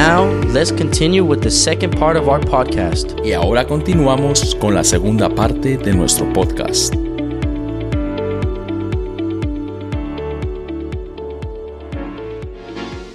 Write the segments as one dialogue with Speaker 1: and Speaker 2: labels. Speaker 1: Now, let's continue with the second part of our podcast.
Speaker 2: Y ahora continuamos con la segunda parte de nuestro podcast.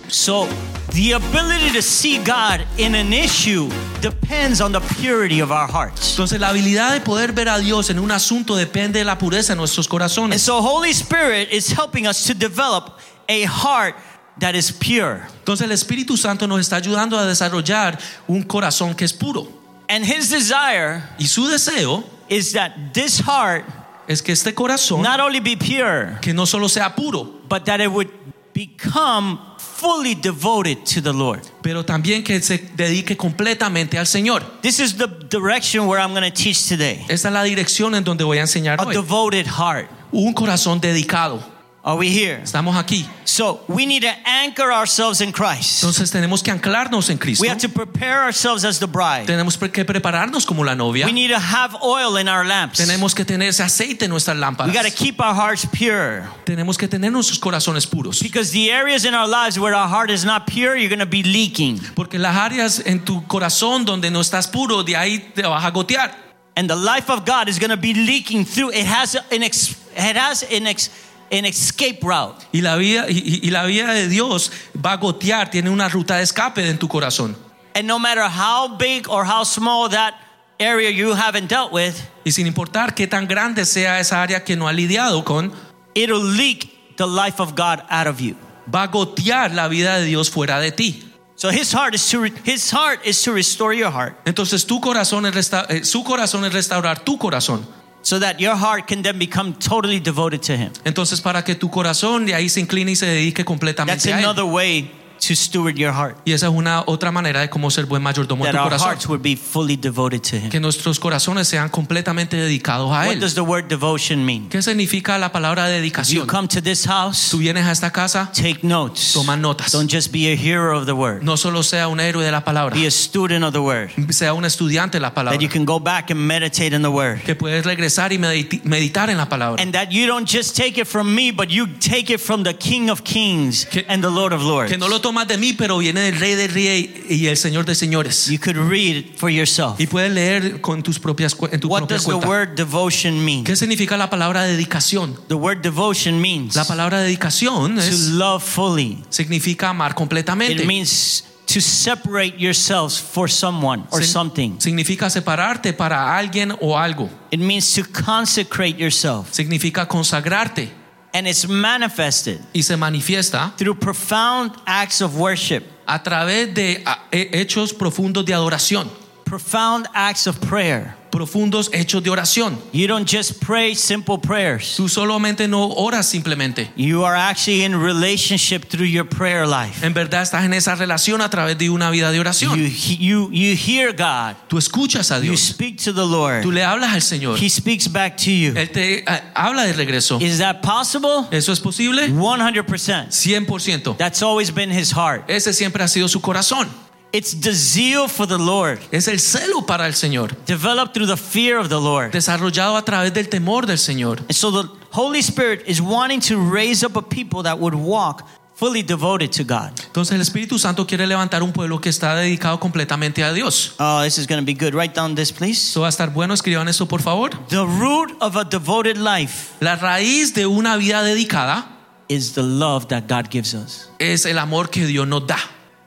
Speaker 3: So, the ability to see God in an issue depends on the purity of our hearts.
Speaker 4: Entonces la habilidad de poder ver a Dios en un asunto depende de la pureza de nuestros
Speaker 3: And
Speaker 4: corazones.
Speaker 3: so, Holy Spirit is helping us to develop a heart that is pure.
Speaker 4: Entonces el Espíritu Santo nos está ayudando a desarrollar un corazón que es puro.
Speaker 3: And His desire
Speaker 4: Y su deseo
Speaker 3: is that this heart
Speaker 4: es que este corazón
Speaker 3: not only be pure,
Speaker 4: que no solo sea puro,
Speaker 3: but that it would become fully devoted to the Lord.
Speaker 4: pero también que se dedique completamente al Señor.
Speaker 3: This is the direction where I'm going to teach today
Speaker 4: Esta es la dirección en donde voy a enseñar
Speaker 3: a
Speaker 4: hoy.
Speaker 3: devoted heart.
Speaker 4: Un corazón dedicado.
Speaker 3: Are we here?
Speaker 4: Estamos aquí.
Speaker 3: So, we need to anchor ourselves in Christ.
Speaker 4: Entonces tenemos que anclarnos en Cristo.
Speaker 3: We have to prepare ourselves as the bride.
Speaker 4: Tenemos pre- que prepararnos como la novia.
Speaker 3: We need to have oil in our lamps.
Speaker 4: Tenemos que tener ese aceite en nuestras
Speaker 3: We
Speaker 4: lámparas.
Speaker 3: got to keep our hearts pure
Speaker 4: Tenemos que tener nuestros corazones puros.
Speaker 3: because the areas in our lives where our heart is not pure, you're going to be leaking.
Speaker 4: Porque las áreas en tu corazón donde no estás puro, de ahí te vas a gotear.
Speaker 3: And the life of God is going to be leaking through. It has an ex, it has an ex, an escape route.
Speaker 4: Y la vida, y, y- y la vida de Dios va a gotear, tiene una ruta de escape en tu corazón.
Speaker 3: And no matter how big or how small that area you haven't dealt with,
Speaker 4: Y sin importar qué tan grande sea esa área que no ha lidiado con,
Speaker 3: it'll leak the life of God out of you.
Speaker 4: va a gotear la vida de Dios fuera de ti.
Speaker 3: So his heart is to re, his heart is to restore your heart
Speaker 4: Entonces tu corazón es resta- eh, su corazón es restaurar tu corazón.
Speaker 3: so that your heart can then become totally devoted to him.
Speaker 4: Entonces para que tu corazón de ahí se incline y se dedique
Speaker 3: That's
Speaker 4: completamente a él.
Speaker 3: another way to steward your heart.
Speaker 4: Y esa es una otra manera de cómo ser buen mayordomo
Speaker 3: that
Speaker 4: de tu
Speaker 3: our
Speaker 4: corazón.
Speaker 3: hearts would be fully devoted to Him.
Speaker 4: Que nuestros corazones sean completamente dedicados a
Speaker 3: What
Speaker 4: él.
Speaker 3: does the word devotion mean?
Speaker 4: ¿Qué significa la palabra
Speaker 3: You
Speaker 4: dedicación?
Speaker 3: come to this house,
Speaker 4: Tú vienes a esta casa,
Speaker 3: take notes.
Speaker 4: toma notas.
Speaker 3: Don't just be a hearer of the word,
Speaker 4: No solo sea un héroe de la palabra,
Speaker 3: be a student of the word.
Speaker 4: sea un estudiante de la palabra.
Speaker 3: That you can go back and meditate in the word.
Speaker 4: Que puedes regresar y mediti- meditar en la palabra.
Speaker 3: And that you don't just take it from me, but you take it from the King of Kings
Speaker 4: Que-
Speaker 3: and the Lord of Lords.
Speaker 4: Que no lo tomas de mí, pero viene del rey del rey y el señor de señores.
Speaker 3: You could read it for yourself.
Speaker 4: Y puedes leer con tus propias cu- en tu
Speaker 3: What
Speaker 4: propia
Speaker 3: does the
Speaker 4: cuenta.
Speaker 3: word devotion mean?
Speaker 4: ¿Qué significa la palabra dedicación?
Speaker 3: The word devotion means
Speaker 4: La palabra dedicación
Speaker 3: to
Speaker 4: es,
Speaker 3: love fully.
Speaker 4: significa amar completamente.
Speaker 3: It means to separate yourselves for someone or
Speaker 4: Sin-
Speaker 3: something.
Speaker 4: Significa separarte para alguien o algo.
Speaker 3: It means to consecrate yourself.
Speaker 4: Significa consagrarte
Speaker 3: And it's manifested
Speaker 4: y se manifiesta
Speaker 3: through profound acts of worship,
Speaker 4: a través de a, he- hechos profundos de adoración,
Speaker 3: profound acts of prayer.
Speaker 4: profundos hechos de oración.
Speaker 3: You don't just pray simple prayers,
Speaker 4: Tú solamente no oras simplemente.
Speaker 3: you are actually in relationship through your prayer life.
Speaker 4: En verdad estás en esa relación a través de una vida de
Speaker 3: You,
Speaker 4: oración.
Speaker 3: he- you, you hear God,
Speaker 4: Tú escuchas a
Speaker 3: you
Speaker 4: Dios.
Speaker 3: speak to the Lord,
Speaker 4: Tú le hablas al Señor.
Speaker 3: He speaks back to you.
Speaker 4: Él te ah, habla de regreso.
Speaker 3: Is that possible?
Speaker 4: ¿Eso es posible?
Speaker 3: 100%.
Speaker 4: 100%.
Speaker 3: That's always been His heart.
Speaker 4: Ese siempre ha sido su corazón.
Speaker 3: It's the zeal for the Lord,
Speaker 4: Es el celo para el Señor,
Speaker 3: developed through the fear of the Lord.
Speaker 4: desarrollado a través del temor del Señor.
Speaker 3: And so the Holy Spirit is wanting to raise up a people that would walk fully devoted to God.
Speaker 4: Entonces el Espíritu Santo quiere levantar un pueblo que está dedicado completamente a Dios.
Speaker 3: Oh, this is going to be good. Write down this, please.
Speaker 4: Esto va a estar bueno, escriban eso por favor.
Speaker 3: The root of a devoted life
Speaker 4: La raíz de una vida dedicada
Speaker 3: is the love that God gives us.
Speaker 4: es el amor que Dios nos da.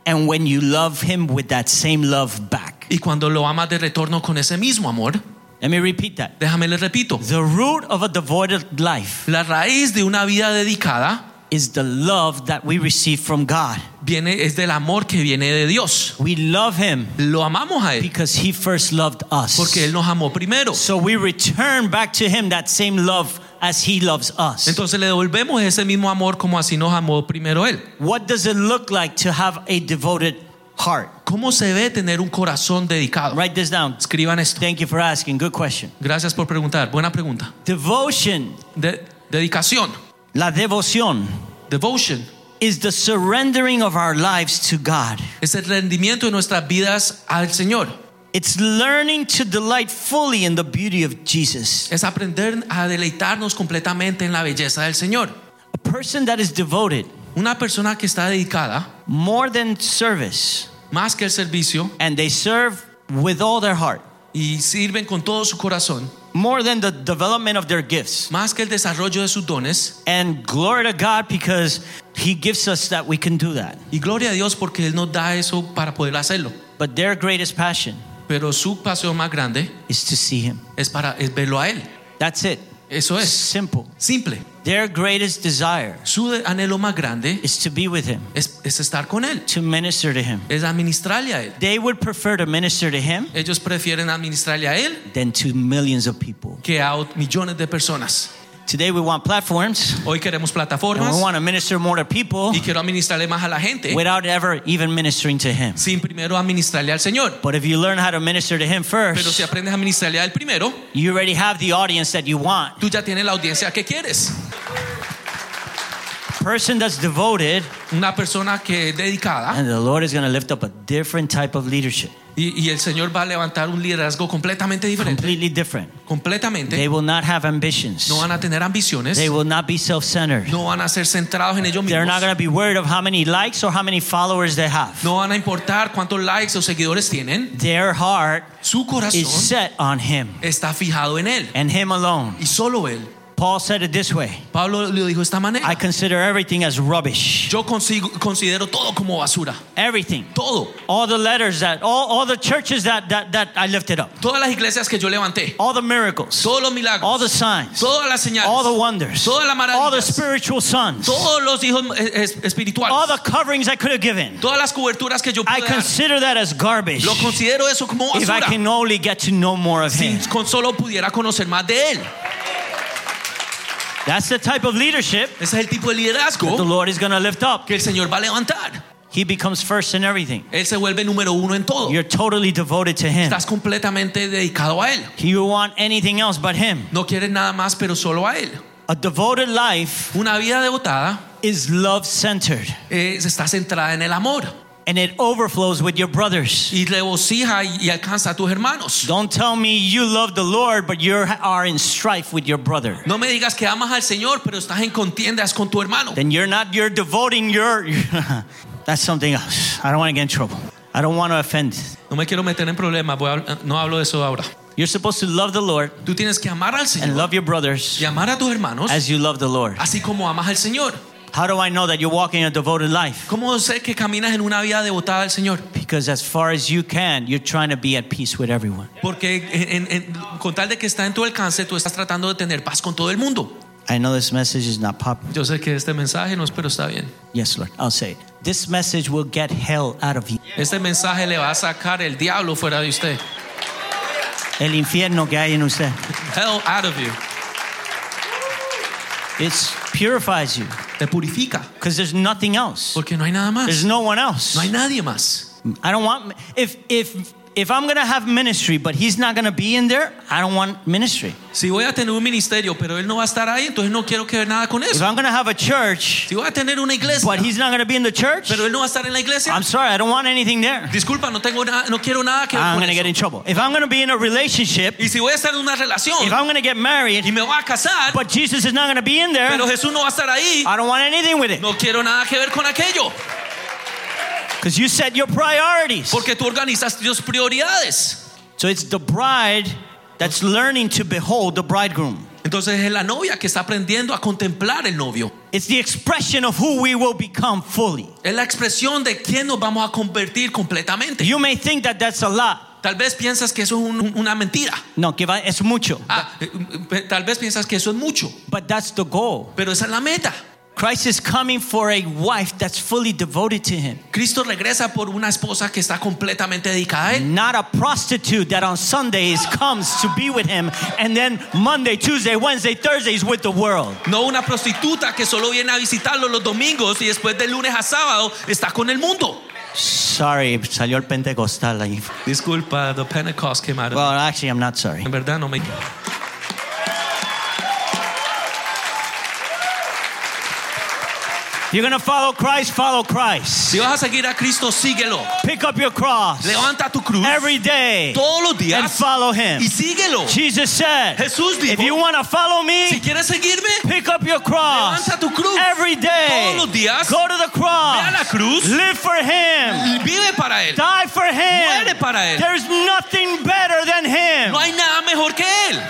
Speaker 3: And when you love Him with that same love back.
Speaker 4: Y cuando lo amas de retorno con ese mismo amor,
Speaker 3: Let me repeat that.
Speaker 4: déjame les repito,
Speaker 3: The root of a devoted life
Speaker 4: la raíz de una vida dedicada
Speaker 3: is the love that we receive from God.
Speaker 4: viene es del amor que viene de Dios.
Speaker 3: We love Him
Speaker 4: Lo amamos a él
Speaker 3: because He first loved
Speaker 4: porque él
Speaker 3: us.
Speaker 4: nos amó primero.
Speaker 3: So we return back to Him that same love as He loves us.
Speaker 4: Entonces le devolvemos ese mismo amor como así nos amó primero él.
Speaker 3: What does it look like to have a devoted heart?
Speaker 4: ¿Cómo se ve tener un corazón dedicado?
Speaker 3: Write this down.
Speaker 4: Escriban esto.
Speaker 3: Thank you for asking. Good question.
Speaker 4: Gracias por preguntar. Buena pregunta.
Speaker 3: Devotion,
Speaker 4: De- dedicación,
Speaker 3: la devoción,
Speaker 4: devotion,
Speaker 3: is the surrendering of our lives to God.
Speaker 4: es el rendimiento de nuestras vidas al Señor.
Speaker 3: It's learning to delight fully in the beauty of Jesus.
Speaker 4: es aprender a deleitarnos completamente en la belleza del Señor.
Speaker 3: A person that is devoted,
Speaker 4: Una persona que está dedicada
Speaker 3: more than service,
Speaker 4: más que el servicio
Speaker 3: and they serve with all their heart,
Speaker 4: y sirven con todo su corazón,
Speaker 3: more than the development of their gifts.
Speaker 4: más que el desarrollo de sus dones.
Speaker 3: And glory to God because He gives us that we can do that.
Speaker 4: Y gloria a Dios porque Él nos da eso para poder hacerlo.
Speaker 3: But their greatest passion
Speaker 4: Pero su pasión más grande
Speaker 3: is to see Him.
Speaker 4: es para es verlo a Él.
Speaker 3: That's it.
Speaker 4: Eso es
Speaker 3: Simple.
Speaker 4: simple.
Speaker 3: Their greatest desire
Speaker 4: Su de- anhelo más grande
Speaker 3: is to be with Him,
Speaker 4: es, es estar con Él,
Speaker 3: to minister to Him.
Speaker 4: es administrarle a Él.
Speaker 3: They would prefer to minister to Him
Speaker 4: Ellos prefieren administrarle a Él
Speaker 3: than to millions of people.
Speaker 4: que a ot- millones de personas.
Speaker 3: Today we want platforms
Speaker 4: Hoy queremos
Speaker 3: and
Speaker 4: plataformas
Speaker 3: we want to minister more to people
Speaker 4: y quiero administrarle más a la gente
Speaker 3: without ever even ministering to Him.
Speaker 4: sin primero administrarle al Señor.
Speaker 3: But if you learn how to minister to Him
Speaker 4: Pero si
Speaker 3: first,
Speaker 4: aprendes a administrarle al primero,
Speaker 3: you already have the audience that you want.
Speaker 4: tú ya tienes la audiencia que quieres.
Speaker 3: Person that's devoted,
Speaker 4: Una persona que es dedicada
Speaker 3: and the Lord is going to lift up a different type of leadership,
Speaker 4: y, y el Señor va a levantar un liderazgo completamente diferente.
Speaker 3: completely different. They
Speaker 4: Completamente.
Speaker 3: will not have ambitions.
Speaker 4: No van a tener ambiciones.
Speaker 3: They will not be self-centered.
Speaker 4: No van a ser centrados en ellos
Speaker 3: They're
Speaker 4: mismos.
Speaker 3: not going to be worried of how many likes or how many followers they have.
Speaker 4: No van a importar cuántos likes o seguidores tienen.
Speaker 3: Their heart
Speaker 4: Su corazón
Speaker 3: is set on Him
Speaker 4: está fijado en Él
Speaker 3: and Him alone.
Speaker 4: y solo Él.
Speaker 3: Paul said it this way
Speaker 4: Pablo lo dijo de esta
Speaker 3: I
Speaker 4: manera.
Speaker 3: consider everything as rubbish.
Speaker 4: Yo consigo- considero todo como basura.
Speaker 3: Everything.
Speaker 4: Todo.
Speaker 3: All the letters that, all, all the churches that, that, that I lifted up,
Speaker 4: Todas las iglesias que yo levanté.
Speaker 3: all the miracles,
Speaker 4: Todos los
Speaker 3: all
Speaker 4: milagros.
Speaker 3: the signs,
Speaker 4: Todas las
Speaker 3: all the
Speaker 4: señales.
Speaker 3: wonders,
Speaker 4: Todas las maravillas.
Speaker 3: all the spiritual sons,
Speaker 4: Todos los hijos eh, eh,
Speaker 3: all the
Speaker 4: espirituales.
Speaker 3: coverings I could have given.
Speaker 4: Todas las coberturas que yo
Speaker 3: I
Speaker 4: pude dar.
Speaker 3: consider that as garbage
Speaker 4: Lo
Speaker 3: if
Speaker 4: considero eso como
Speaker 3: I
Speaker 4: basura.
Speaker 3: can only get to know more of Him.
Speaker 4: Si con solo pudiera conocer más de Él.
Speaker 3: That's the type of leadership
Speaker 4: Ese es el tipo de
Speaker 3: the
Speaker 4: liderazgo
Speaker 3: Lord is going to lift up.
Speaker 4: que el Señor va a levantar.
Speaker 3: He becomes first in everything.
Speaker 4: Él se vuelve número uno en todo.
Speaker 3: You're totally devoted to Him.
Speaker 4: Estás completamente dedicado a Él.
Speaker 3: You want anything else but Him.
Speaker 4: No quieres nada más, pero solo a Él.
Speaker 3: A devoted life
Speaker 4: Una vida devotada
Speaker 3: is love centered
Speaker 4: eh, está centrada en el amor
Speaker 3: and it overflows with your brothers.
Speaker 4: y regocija y, y alcanza a tus hermanos.
Speaker 3: Don't tell me you love the Lord, but you are in strife with your brother.
Speaker 4: No me digas que amas al Señor, pero estás en contiendas con tu hermano.
Speaker 3: Then you're not, you're devoting your. That's something else. I don't want to get in trouble. I don't want to offend.
Speaker 4: No me quiero meter en problemas, voy a habl- no hablo de eso ahora.
Speaker 3: You're supposed to love the Lord
Speaker 4: Tú tienes que amar al
Speaker 3: and
Speaker 4: Señor
Speaker 3: love your brothers
Speaker 4: y amar a tus hermanos,
Speaker 3: as you love the Lord.
Speaker 4: así como amas al Señor.
Speaker 3: How do I know that you're walking a devoted life?
Speaker 4: ¿Cómo sé que caminas en una vida devotada al Señor?
Speaker 3: Because as far as you can, you're trying to be at peace with everyone.
Speaker 4: Porque en- en- en- con tal de que está en tu alcance, tú estás tratando de tener paz con todo el mundo.
Speaker 3: I know this message is not popular.
Speaker 4: Yo sé que este mensaje no es, pero está bien.
Speaker 3: Yes, Lord, I'll say it. This message will get hell out of you.
Speaker 4: Este mensaje le va a sacar el diablo fuera de usted.
Speaker 3: El infierno que hay en usted.
Speaker 4: Hell out of you.
Speaker 3: It purifies you
Speaker 4: Te purifica.
Speaker 3: because there's nothing else.
Speaker 4: Porque no hay nada más.
Speaker 3: There's no one else.
Speaker 4: No hay nadie más.
Speaker 3: I don't want if if if I'm gonna have ministry, but he's not gonna be in there. I don't want ministry.
Speaker 4: Si voy a tener un ministerio, pero él no va a estar ahí, entonces no quiero que ver nada con
Speaker 3: If
Speaker 4: eso.
Speaker 3: I'm gonna have a church,
Speaker 4: Si voy a tener una iglesia,
Speaker 3: but he's not gonna be in the church,
Speaker 4: pero él no va a estar en la iglesia,
Speaker 3: I'm sorry, I don't want anything there.
Speaker 4: disculpa, no tengo nada, no quiero nada que ver
Speaker 3: I'm
Speaker 4: con
Speaker 3: gonna get
Speaker 4: eso.
Speaker 3: in trouble. If I'm gonna be in a relationship,
Speaker 4: Y si voy a estar en una
Speaker 3: if
Speaker 4: relación
Speaker 3: I'm gonna get
Speaker 4: y
Speaker 3: married,
Speaker 4: me voy a casar,
Speaker 3: but Jesus is not gonna be in there,
Speaker 4: pero Jesús no va a estar ahí,
Speaker 3: I don't want anything with it.
Speaker 4: no quiero nada que ver con aquello.
Speaker 3: Because you set your priorities.
Speaker 4: Porque tú organizas tus prioridades.
Speaker 3: So it's the bride that's learning to behold the bridegroom.
Speaker 4: Entonces es la novia que está aprendiendo a contemplar el novio.
Speaker 3: It's the expression of who we will become fully.
Speaker 4: Es la expresión de quién nos vamos a convertir completamente.
Speaker 3: You may think that that's a lot.
Speaker 4: Tal vez piensas que eso es un- una mentira.
Speaker 3: No, que va, es mucho.
Speaker 4: Ah, eh, eh, tal vez piensas que eso es mucho,
Speaker 3: But that's the goal.
Speaker 4: pero esa es la meta.
Speaker 3: Christ is coming for a wife that's fully devoted to him.
Speaker 4: Cristo regresa por una esposa que está completamente dedicada a él.
Speaker 3: Not a prostitute that on Sundays comes to be with him and then Monday, Tuesday, Wednesday, Thursday is with the world.
Speaker 4: No una prostituta que solo viene a visitarlo los domingos y después de lunes a sábado está con el mundo.
Speaker 3: Sorry, salió el pentecostal ahí.
Speaker 4: Disculpa, the Pentecost came out of-
Speaker 3: Well, actually, I'm not sorry.
Speaker 4: En verdad no me.
Speaker 3: If you're going to follow Christ, follow Christ.
Speaker 4: Si vas a seguir a Cristo, síguelo.
Speaker 3: Pick up your cross
Speaker 4: Levanta tu cruz
Speaker 3: every day
Speaker 4: todos los
Speaker 3: and
Speaker 4: días
Speaker 3: follow Him.
Speaker 4: y síguelo.
Speaker 3: Jesus said,
Speaker 4: Jesús
Speaker 3: If you
Speaker 4: dijo,
Speaker 3: want to follow
Speaker 4: si
Speaker 3: me,
Speaker 4: quieres seguirme,
Speaker 3: pick up your cross
Speaker 4: Levanta tu cruz.
Speaker 3: every day.
Speaker 4: Todos los días.
Speaker 3: Go to the
Speaker 4: ve a
Speaker 3: cross.
Speaker 4: la cruz,
Speaker 3: Live for Him.
Speaker 4: vive para Él.
Speaker 3: Die for
Speaker 4: Muere
Speaker 3: Him.
Speaker 4: para Él.
Speaker 3: There's nothing better than Him.
Speaker 4: No hay nada mejor que Él.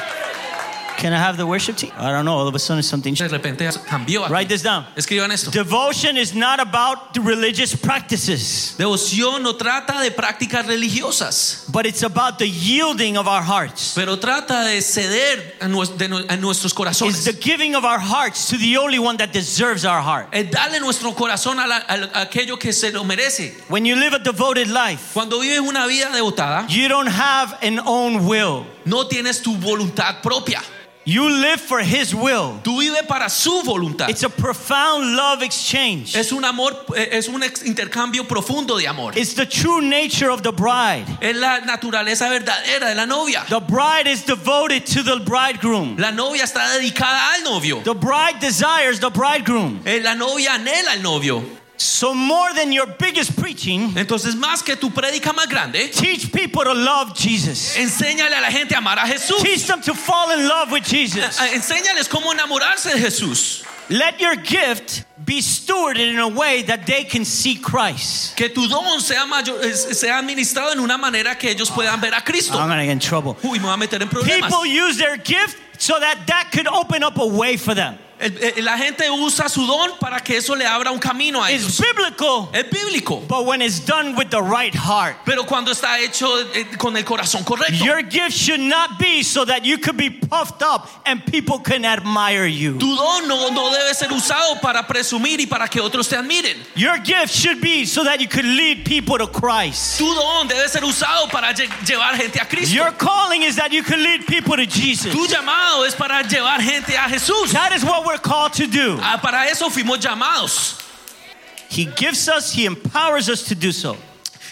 Speaker 3: Can I have the worship team? I don't know. All of a sudden, something.
Speaker 4: De repente cambió. aquí.
Speaker 3: Write this down.
Speaker 4: Escriban esto.
Speaker 3: Devotion is not about the religious practices,
Speaker 4: Devoción no trata de prácticas religiosas,
Speaker 3: but it's about the yielding of our hearts.
Speaker 4: pero trata de ceder a, nues- de nu- a nuestros
Speaker 3: It's the
Speaker 4: corazones.
Speaker 3: giving of our hearts to the only one that deserves our heart.
Speaker 4: Es darle nuestro corazón a, la- a lo- a aquello que se lo merece.
Speaker 3: When you live a devoted life,
Speaker 4: Cuando vives una vida devotada,
Speaker 3: you don't have an own will.
Speaker 4: no tienes tu voluntad propia.
Speaker 3: You live for His will.
Speaker 4: Tú vives para su voluntad.
Speaker 3: It's a profound love exchange.
Speaker 4: Es un amor, eh, es un ex- intercambio profundo de amor.
Speaker 3: It's the true nature of the bride.
Speaker 4: Es la naturaleza verdadera de la novia.
Speaker 3: The bride is devoted to the bridegroom.
Speaker 4: La novia está dedicada al novio.
Speaker 3: The bride desires the bridegroom.
Speaker 4: Eh, La novia anhela al novio.
Speaker 3: So, more than your biggest preaching,
Speaker 4: Entonces, más que tu prédica más grande,
Speaker 3: teach people to love Jesus.
Speaker 4: enséñale a la gente a amar a Jesús.
Speaker 3: Teach them to fall in love with Jesus.
Speaker 4: Eh, Enséñales cómo enamorarse de Jesús.
Speaker 3: Let your gift be stewarded in a way that they can see Christ.
Speaker 4: Que tu don sea, mayor, eh, sea administrado en una manera que ellos puedan ver a
Speaker 3: I'm
Speaker 4: Cristo.
Speaker 3: gonna get in trouble.
Speaker 4: Uy, me voy a meter en problemas.
Speaker 3: People use their gift so that that could open up a way for them.
Speaker 4: El- el- la gente usa su don para que eso le abra un camino a ellos.
Speaker 3: It's biblical,
Speaker 4: Es bíblico.
Speaker 3: but when it's done with the right heart,
Speaker 4: Pero cuando está hecho eh, con el corazón correcto.
Speaker 3: your gift should not be so that you could be puffed up and people can admire you.
Speaker 4: Tu don no, no debe ser usado para presumir y para que otros te admiren.
Speaker 3: Your gift should be so that you could lead people to Christ.
Speaker 4: Tu don debe ser usado para lle- llevar gente a Cristo.
Speaker 3: Your calling is that you can lead people to Jesus.
Speaker 4: Tu llamado es para llevar gente a Jesús.
Speaker 3: That is what we're called to do.
Speaker 4: Ah, para eso fuimos llamados.
Speaker 3: He gives us, He empowers us to do so.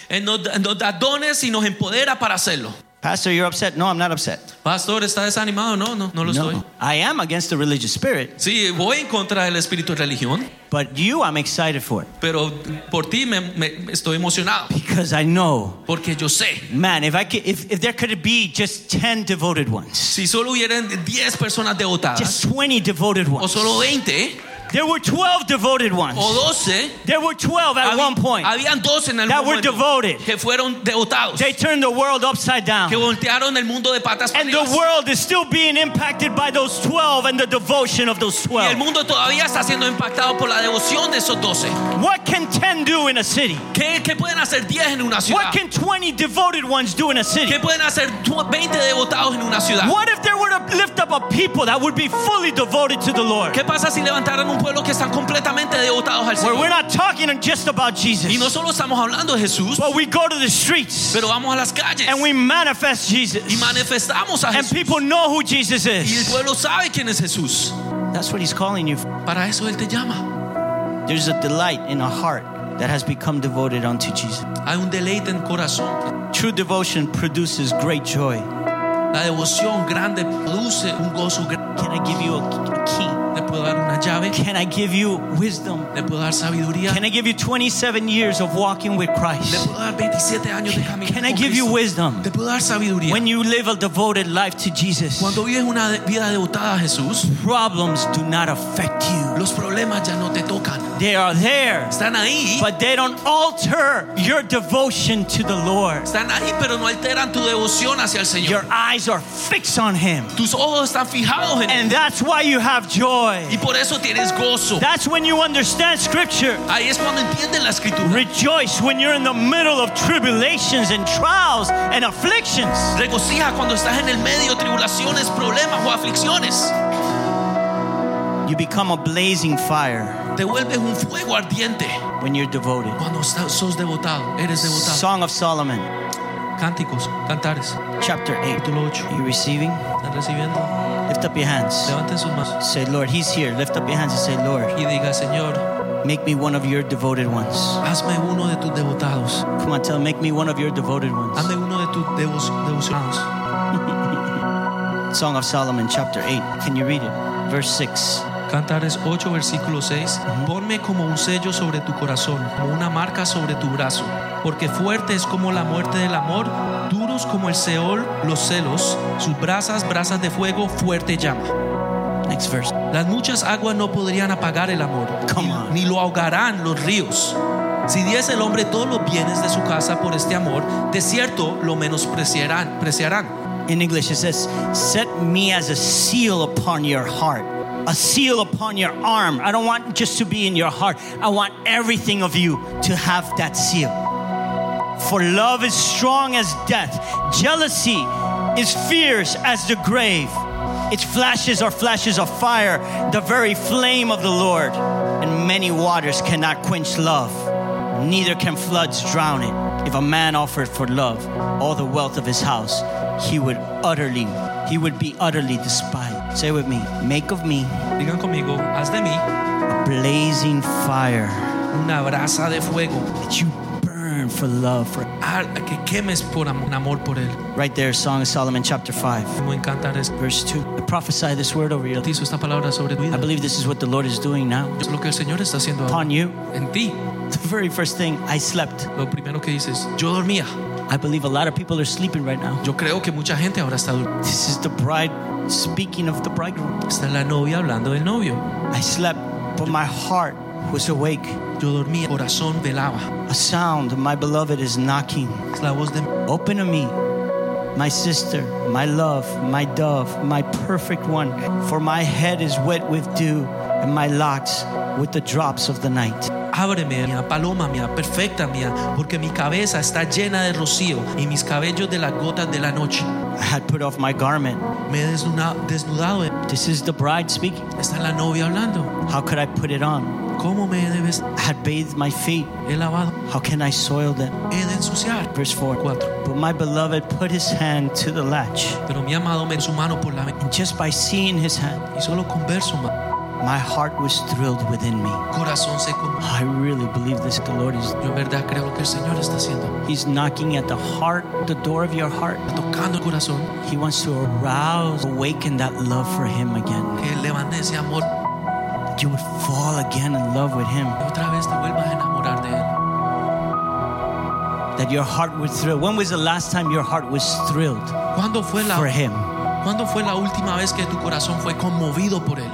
Speaker 4: Él nos, da- nos da dones y nos empodera para hacerlo.
Speaker 3: Pastor, you're upset? No, I'm not upset.
Speaker 4: Pastor, ¿está desanimado? No, no, no lo estoy.
Speaker 3: No, I am against the religious spirit,
Speaker 4: Sí, voy en contra del espíritu de religión,
Speaker 3: but you, I'm excited for it
Speaker 4: pero por ti me, me- estoy emocionado.
Speaker 3: because I know,
Speaker 4: Porque yo sé,
Speaker 3: man, if I could, if, if there could be just 10 devoted ones,
Speaker 4: si solo hubieran 10 personas devotadas,
Speaker 3: just 20 devoted
Speaker 4: o
Speaker 3: ones,
Speaker 4: solo 20,
Speaker 3: there were 12 devoted ones,
Speaker 4: o 12,
Speaker 3: there were 12 at
Speaker 4: Había-
Speaker 3: one point.
Speaker 4: Habían dos en algún
Speaker 3: That were
Speaker 4: momento
Speaker 3: devoted.
Speaker 4: que fueron devotados,
Speaker 3: They turned the world upside
Speaker 4: que
Speaker 3: down.
Speaker 4: voltearon el mundo de patas para
Speaker 3: And the
Speaker 4: arriba.
Speaker 3: world is still being impacted by those 12 and the devotion of those
Speaker 4: Y
Speaker 3: 12.
Speaker 4: el mundo todavía está siendo impactado por la devoción de esos 12.
Speaker 3: What can 10 do in a city?
Speaker 4: ¿Qué, qué pueden hacer 10 en una ciudad?
Speaker 3: What can 20 devoted ones do in a city?
Speaker 4: ¿Qué pueden hacer tu- 20 devotados en una ciudad?
Speaker 3: What if there were to lift up a people that would be fully devoted to the Lord?
Speaker 4: ¿Qué pasa si levantaran un pueblo que están completamente devotados al
Speaker 3: Where we're
Speaker 4: Señor?
Speaker 3: not talking just about Jesus,
Speaker 4: Y no solo estamos hablando de Jesús,
Speaker 3: but we go to the streets
Speaker 4: pero vamos a las calles
Speaker 3: and we manifest Jesus.
Speaker 4: y manifestamos a
Speaker 3: And
Speaker 4: Jesús.
Speaker 3: people know who Jesus
Speaker 4: Y el
Speaker 3: is.
Speaker 4: pueblo sabe quién es Jesús.
Speaker 3: That's what he's calling you. for.
Speaker 4: Para eso Él te llama.
Speaker 3: There's a delight in a heart that has become devoted unto Jesus.
Speaker 4: Hay un deleite en el corazón.
Speaker 3: True devotion produces great joy.
Speaker 4: La devoción grande produce un gozo grande.
Speaker 3: Can I give you a, a
Speaker 4: Le puedo dar una llave,
Speaker 3: key? Can I give you wisdom?
Speaker 4: le puedo dar sabiduría,
Speaker 3: Can
Speaker 4: le
Speaker 3: I give you 27 years of walking with Christ?
Speaker 4: puedo dar 27 años de camino.
Speaker 3: Can I
Speaker 4: con
Speaker 3: give you
Speaker 4: Cristo.
Speaker 3: wisdom?
Speaker 4: Te puedo dar sabiduría.
Speaker 3: When you live a devoted life to Jesus,
Speaker 4: Cuando vives una de- vida devotada a Jesús,
Speaker 3: problems do not affect you.
Speaker 4: los problemas ya no te tocan.
Speaker 3: They are there,
Speaker 4: Están ahí,
Speaker 3: but they don't alter your devotion to the Lord.
Speaker 4: están ahí, pero no alteran tu devoción hacia el
Speaker 3: Your
Speaker 4: Señor.
Speaker 3: eyes are fixed on Him.
Speaker 4: Tus ojos están fijados en
Speaker 3: And
Speaker 4: Él
Speaker 3: that's why you have
Speaker 4: y
Speaker 3: joy.
Speaker 4: por eso tienes gozo.
Speaker 3: That's when you understand Scripture.
Speaker 4: Ahí es cuando entiendes la escritura.
Speaker 3: Rejoice when you're in the middle of tribulations and trials and afflictions.
Speaker 4: Regocija cuando estás en el medio de tribulaciones, problemas o aflicciones.
Speaker 3: You become a blazing fire
Speaker 4: Te vuelves un fuego ardiente
Speaker 3: when you're devoted.
Speaker 4: cuando estás- sos devotado, eres devotado.
Speaker 3: Song of Solomon,
Speaker 4: Cánticos, cantares,
Speaker 3: chapter 8.
Speaker 4: capítulo 8.
Speaker 3: You receiving?
Speaker 4: ¿Están recibiendo?
Speaker 3: Lift up your hands.
Speaker 4: Levanten sus manos
Speaker 3: Say, Lord, He's here. Lift up your hands and say, Lord,
Speaker 4: y diga, Señor,
Speaker 3: make me one of your devoted ones.
Speaker 4: hazme uno de tus devotados.
Speaker 3: Come on, tell him, make me one of your devoted ones.
Speaker 4: Hazme uno de tus devo- devocionados.
Speaker 3: Song of Solomon, chapter 8. Can you read it? Verse 6.
Speaker 4: Cantares 8, versículo 6. Ponme como un sello sobre tu corazón, como una marca sobre tu brazo. Porque fuerte es como la muerte del amor, duros como el Seol, los celos, sus brasas, brasas de fuego, fuerte llama.
Speaker 3: Next verse.
Speaker 4: Las muchas aguas no podrían apagar el amor,
Speaker 3: Come
Speaker 4: ni-
Speaker 3: on.
Speaker 4: ni lo ahogarán los ríos. Si diese el hombre todos los bienes de su casa por este amor, de cierto lo menospreciarán. preciarán.
Speaker 3: In English, it says, Set me as a seal upon your heart, a seal upon your arm. I don't want just to be in your heart. I want everything of you to have that seal. For love is strong as death, jealousy is fierce as the grave. Its flashes are flashes of fire, the very flame of the Lord. And many waters cannot quench love, neither can floods drown it. If a man offered for love all the wealth of his house, he would utterly, he would be utterly despised. Say it with me, make of me
Speaker 4: Digan conmigo, haz de mí
Speaker 3: a blazing fire
Speaker 4: una brasa de fuego
Speaker 3: that you burn for love. For
Speaker 4: ah, que quemes por am- un amor por él.
Speaker 3: right there, Song of Solomon chapter five.
Speaker 4: Como en Cantares,
Speaker 3: verse 2. I prophesy this word over you.
Speaker 4: hizo esta palabra sobre tu
Speaker 3: I
Speaker 4: vida.
Speaker 3: believe this is what the Lord is doing now.
Speaker 4: Es lo que el Señor está haciendo ahora.
Speaker 3: Upon you,
Speaker 4: en ti.
Speaker 3: the very first thing, I slept.
Speaker 4: Lo primero que dices, yo dormía.
Speaker 3: I believe a lot of people are sleeping right now.
Speaker 4: Yo creo que mucha gente ahora está durmiendo.
Speaker 3: This is the bride speaking of the bridegroom.
Speaker 4: Está la novia hablando del novio.
Speaker 3: I slept, but my heart was awake.
Speaker 4: Yo dormía, corazón velaba.
Speaker 3: A sound, my beloved is knocking.
Speaker 4: Es la voz de
Speaker 3: Open to me, my sister, my love, my dove, my perfect one. For my head is wet with dew, and my locks with the drops of the night.
Speaker 4: Ábreme, mía, paloma mía, perfecta mía, porque mi cabeza está llena de rocío y mis cabellos de las gotas de la noche.
Speaker 3: I had put off my garment.
Speaker 4: Me he desnudado, desnudado.
Speaker 3: This is the bride speaking.
Speaker 4: Está la novia hablando.
Speaker 3: How could I put it on?
Speaker 4: ¿Cómo me debes?
Speaker 3: I had bathed my feet.
Speaker 4: He lavado,
Speaker 3: How can I soil them?
Speaker 4: he de ensuciar.
Speaker 3: Verse 4.
Speaker 4: Cuatro.
Speaker 3: But my beloved put his hand to the latch,
Speaker 4: Pero mi amado me su mano por la me-
Speaker 3: and just by seeing his hand,
Speaker 4: y solo converso, ma.
Speaker 3: my heart was thrilled within me.
Speaker 4: corazón seco.
Speaker 3: I really believe this. The Lord is
Speaker 4: Yo en verdad creo lo que el Señor está haciendo.
Speaker 3: He's knocking at the heart, the door of your heart.
Speaker 4: Está tocando el corazón,
Speaker 3: He wants to arouse, awaken that love for him again.
Speaker 4: que levante ese amor
Speaker 3: That you would fall again in love with him.
Speaker 4: y otra vez te vuelvas a enamorar de Él.
Speaker 3: That your heart would thrill. When was the last time your heart was thrilled
Speaker 4: ¿Cuándo fue la,
Speaker 3: for him?
Speaker 4: ¿cuándo fue la última vez que tu corazón fue conmovido por Él?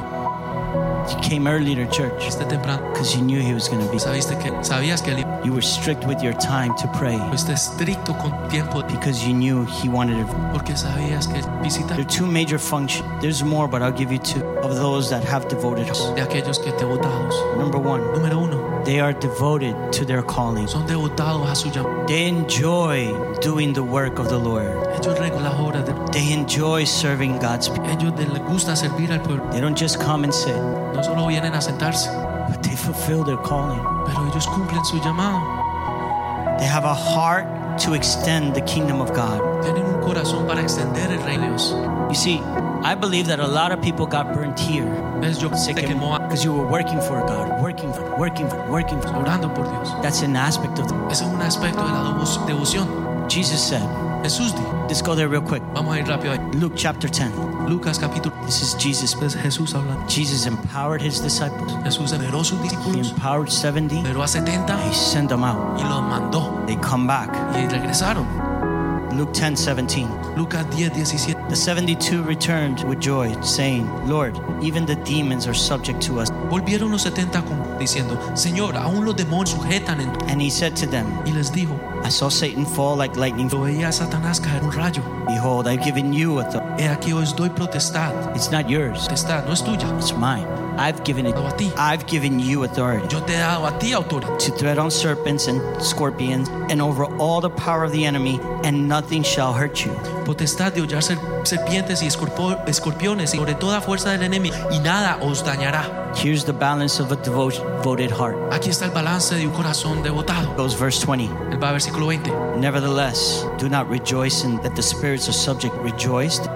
Speaker 3: You came early to church
Speaker 4: Este temprano,
Speaker 3: because you knew he was going to be.
Speaker 4: sabiste que, sabías que Él iba-
Speaker 3: You were strict with your time to pray
Speaker 4: fuiste estricto con tiempo de-
Speaker 3: because you knew he wanted it.
Speaker 4: porque sabías que visitar
Speaker 3: There are two major functions. There's more, but I'll give you two of those that have devoted us.
Speaker 4: de aquellos que te votados.
Speaker 3: Number one,
Speaker 4: Número uno,
Speaker 3: they are devoted to their calling.
Speaker 4: son devotados a su llamado.
Speaker 3: They enjoy doing the work of the Lord.
Speaker 4: Ellos regan las obras de
Speaker 3: They enjoy serving God's people.
Speaker 4: ellos les gusta servir al pueblo.
Speaker 3: They don't just come and sit,
Speaker 4: No solo vienen a sentarse,
Speaker 3: but they fulfill their calling.
Speaker 4: pero ellos cumplen su llamado.
Speaker 3: They have a heart to extend the kingdom of God.
Speaker 4: Tienen un corazón para extender el reino de Dios.
Speaker 3: You see, I believe that a lot of people got burnt here
Speaker 4: Ves, yo se quemó a-
Speaker 3: because you were working for God, working for, working for, working for.
Speaker 4: orando por Dios.
Speaker 3: That's an aspect of the
Speaker 4: Ese es un aspecto de la devo- devoción.
Speaker 3: Jesus said,
Speaker 4: Jesús dijo,
Speaker 3: let's go there real quick.
Speaker 4: vamos a ir rápido ahí.
Speaker 3: Luke chapter 10.
Speaker 4: Lucas capítulo.
Speaker 3: This is Jesus.
Speaker 4: Es Jesús hablando.
Speaker 3: Jesus empowered his disciples.
Speaker 4: Jesús liberó a sus
Speaker 3: He
Speaker 4: discípulos,
Speaker 3: empowered 70.
Speaker 4: liberó a 70
Speaker 3: He sent them out.
Speaker 4: y los mandó.
Speaker 3: They come back.
Speaker 4: Y regresaron.
Speaker 3: Luke 10, 17.
Speaker 4: Lucas 10, 17.
Speaker 3: The 72 returned with joy, saying, Lord, even the demons are subject to us.
Speaker 4: Volvieron los 70 con- diciendo, Señor, aún los demonios sujetan en tu-".
Speaker 3: And he said to them,
Speaker 4: Y les dijo,
Speaker 3: I saw Satan fall like lightning.
Speaker 4: lo veía a Satanás caer un rayo.
Speaker 3: Behold, I've given you authority.
Speaker 4: He aquí os doy potestad.
Speaker 3: It's not yours.
Speaker 4: Potestad no es tuya,
Speaker 3: It's mine. I've given it.
Speaker 4: dado a ti.
Speaker 3: I've given you authority.
Speaker 4: Yo te he dado a ti autoridad
Speaker 3: to tread on serpents and scorpions and over all the power of the enemy, and nothing shall hurt you.
Speaker 4: potestad de hollar ser- serpientes y escorpo- escorpiones y sobre toda fuerza del enemigo y nada os dañará.
Speaker 3: Here's the balance of a devo- devoted heart.
Speaker 4: Aquí está el balance de un corazón devotado.
Speaker 3: Goes verse 20.
Speaker 4: Él va a versículo 20.
Speaker 3: Nevertheless, do not rejoice in that the spirits are subject rejoiced,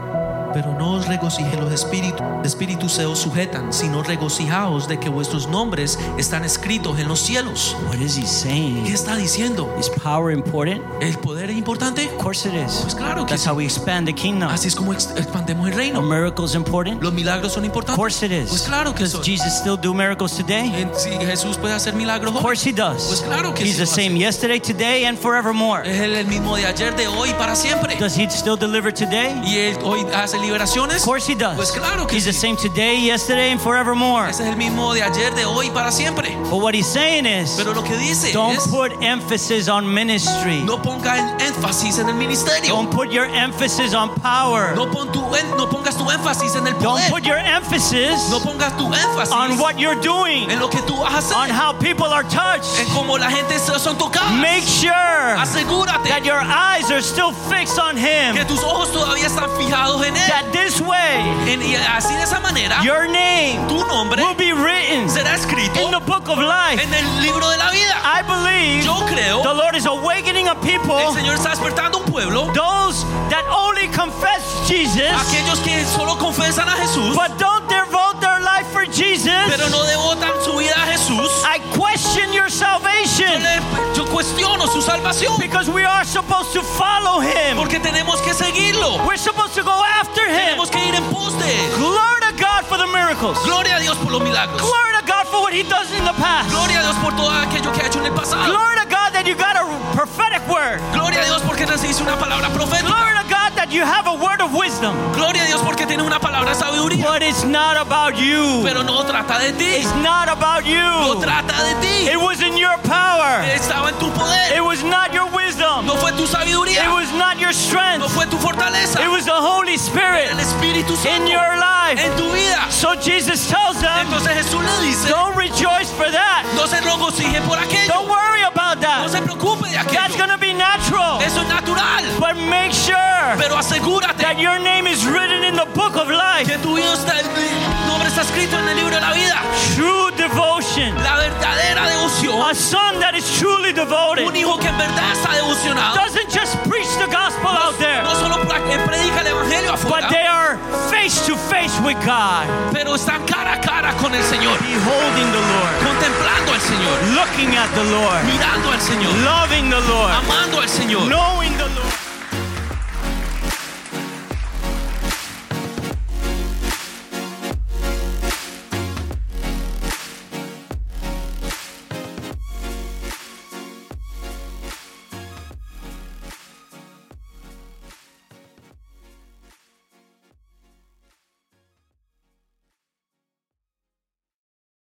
Speaker 4: Pero no os regocije los espíritus, espíritus se os sujetan, sino regocijaos de que vuestros nombres están escritos en los cielos.
Speaker 3: What is he
Speaker 4: ¿Qué
Speaker 3: saying?
Speaker 4: está diciendo?
Speaker 3: Is power important?
Speaker 4: ¿El poder es importante?
Speaker 3: Of course it
Speaker 4: Pues
Speaker 3: is.
Speaker 4: claro que
Speaker 3: That's
Speaker 4: sí.
Speaker 3: how we expand the kingdom.
Speaker 4: Así es como ex- expandemos el
Speaker 3: Are
Speaker 4: reino.
Speaker 3: miracles important?
Speaker 4: Los milagros son
Speaker 3: Of
Speaker 4: importantes.
Speaker 3: course it is.
Speaker 4: Pues claro que
Speaker 3: Does
Speaker 4: son.
Speaker 3: Jesus still do miracles today?
Speaker 4: En- Si Jesús puede hacer milagros
Speaker 3: Of
Speaker 4: hoy,
Speaker 3: course he does.
Speaker 4: Pues claro que
Speaker 3: He's
Speaker 4: sí
Speaker 3: the
Speaker 4: lo hace.
Speaker 3: same yesterday, today, and forevermore.
Speaker 4: es Él el mismo de ayer, de hoy, para siempre.
Speaker 3: Does he still deliver today?
Speaker 4: Y Él hoy hace liberaciones.
Speaker 3: Of course he does.
Speaker 4: Pues claro que
Speaker 3: He's the
Speaker 4: sí.
Speaker 3: same today, yesterday, and forevermore.
Speaker 4: Ese es el mismo de ayer, de hoy, para siempre.
Speaker 3: But what he's saying is,
Speaker 4: Pero lo que dice
Speaker 3: don't
Speaker 4: es,
Speaker 3: put emphasis on ministry.
Speaker 4: no ponga el énfasis en el ministerio.
Speaker 3: Don't put your emphasis on power.
Speaker 4: No, pon tu en- no pongas tu énfasis en el
Speaker 3: Don't
Speaker 4: poder.
Speaker 3: put your emphasis
Speaker 4: No pongas tu énfasis
Speaker 3: on what you're doing,
Speaker 4: en lo que tú haces,
Speaker 3: on how people are
Speaker 4: en
Speaker 3: touched.
Speaker 4: cómo la gente se son tocadas.
Speaker 3: Make sure that
Speaker 4: Asegúrate
Speaker 3: your eyes are still fixed on
Speaker 4: que
Speaker 3: Him.
Speaker 4: tus ojos todavía están fijados en Él.
Speaker 3: That this way,
Speaker 4: En- y así de esa manera,
Speaker 3: your name
Speaker 4: tu nombre
Speaker 3: will be written
Speaker 4: será
Speaker 3: in the
Speaker 4: escrito
Speaker 3: book of life.
Speaker 4: en el libro de la vida.
Speaker 3: I believe
Speaker 4: Yo creo
Speaker 3: the Lord is awakening a people,
Speaker 4: el Señor está despertando un pueblo,
Speaker 3: those that only confess Jesus,
Speaker 4: aquellos que solo confesan a Jesús,
Speaker 3: but don't devote their life for
Speaker 4: pero
Speaker 3: Jesus.
Speaker 4: no devotan su vida a Jesús.
Speaker 3: I question your
Speaker 4: Yo,
Speaker 3: salvation.
Speaker 4: le- yo cuestiono su salvación
Speaker 3: Because we are supposed to follow him.
Speaker 4: porque tenemos que seguirlo.
Speaker 3: We're supposed to go after him.
Speaker 4: Tenemos que ir en pos de Él.
Speaker 3: Glory to God for the miracles.
Speaker 4: Gloria a Dios por los milagros.
Speaker 3: Glory to God for what he does in the past.
Speaker 4: Gloria a Dios por todo aquello que ha hecho en el pasado.
Speaker 3: Glory to God that you got a prophetic word.
Speaker 4: Gloria a Dios porque recibiste una palabra profética.
Speaker 3: Glory to God that you have a word of wisdom.
Speaker 4: Gloria a Dios porque tienes una palabra de sabiduría.
Speaker 3: But it's not about you.
Speaker 4: Pero no trata de ti.
Speaker 3: It's not about
Speaker 4: No
Speaker 3: you.
Speaker 4: trata de ti.
Speaker 3: It was in your power.
Speaker 4: Estaba en tu poder.
Speaker 3: It was not your wisdom.
Speaker 4: No fue tu
Speaker 3: It
Speaker 4: sabiduría.
Speaker 3: was not your
Speaker 4: No
Speaker 3: strength.
Speaker 4: fue tu fortaleza.
Speaker 3: It was the Holy Spirit
Speaker 4: El Espíritu
Speaker 3: in
Speaker 4: Santo
Speaker 3: your life.
Speaker 4: en tu vida.
Speaker 3: So Jesus tells them,
Speaker 4: Entonces Jesús le dice,
Speaker 3: don't rejoice for that.
Speaker 4: no se regocije por aquello.
Speaker 3: Don't worry about
Speaker 4: No
Speaker 3: that.
Speaker 4: se preocupe de
Speaker 3: That's
Speaker 4: aquello.
Speaker 3: going to be natural.
Speaker 4: Eso es natural.
Speaker 3: But make sure
Speaker 4: Pero asegúrate
Speaker 3: that your name is written in the book of life.
Speaker 4: que tu vida está- tu nombre está escrito en el libro de la vida.
Speaker 3: True devotion.
Speaker 4: La verdadera devoción.
Speaker 3: A son that is truly devoted
Speaker 4: Un hijo que en verdad está devocionado.
Speaker 3: doesn't just preach the gospel out there,
Speaker 4: No solo pra- eh, predica el evangelio
Speaker 3: but
Speaker 4: afuera,
Speaker 3: they are face to face with God,
Speaker 4: pero están cara a cara con el Señor,
Speaker 3: beholding the Lord,
Speaker 4: contemplando al Señor,
Speaker 3: looking at the Lord,
Speaker 4: mirando al Señor,
Speaker 3: loving the Lord,
Speaker 4: amando al Señor,
Speaker 3: knowing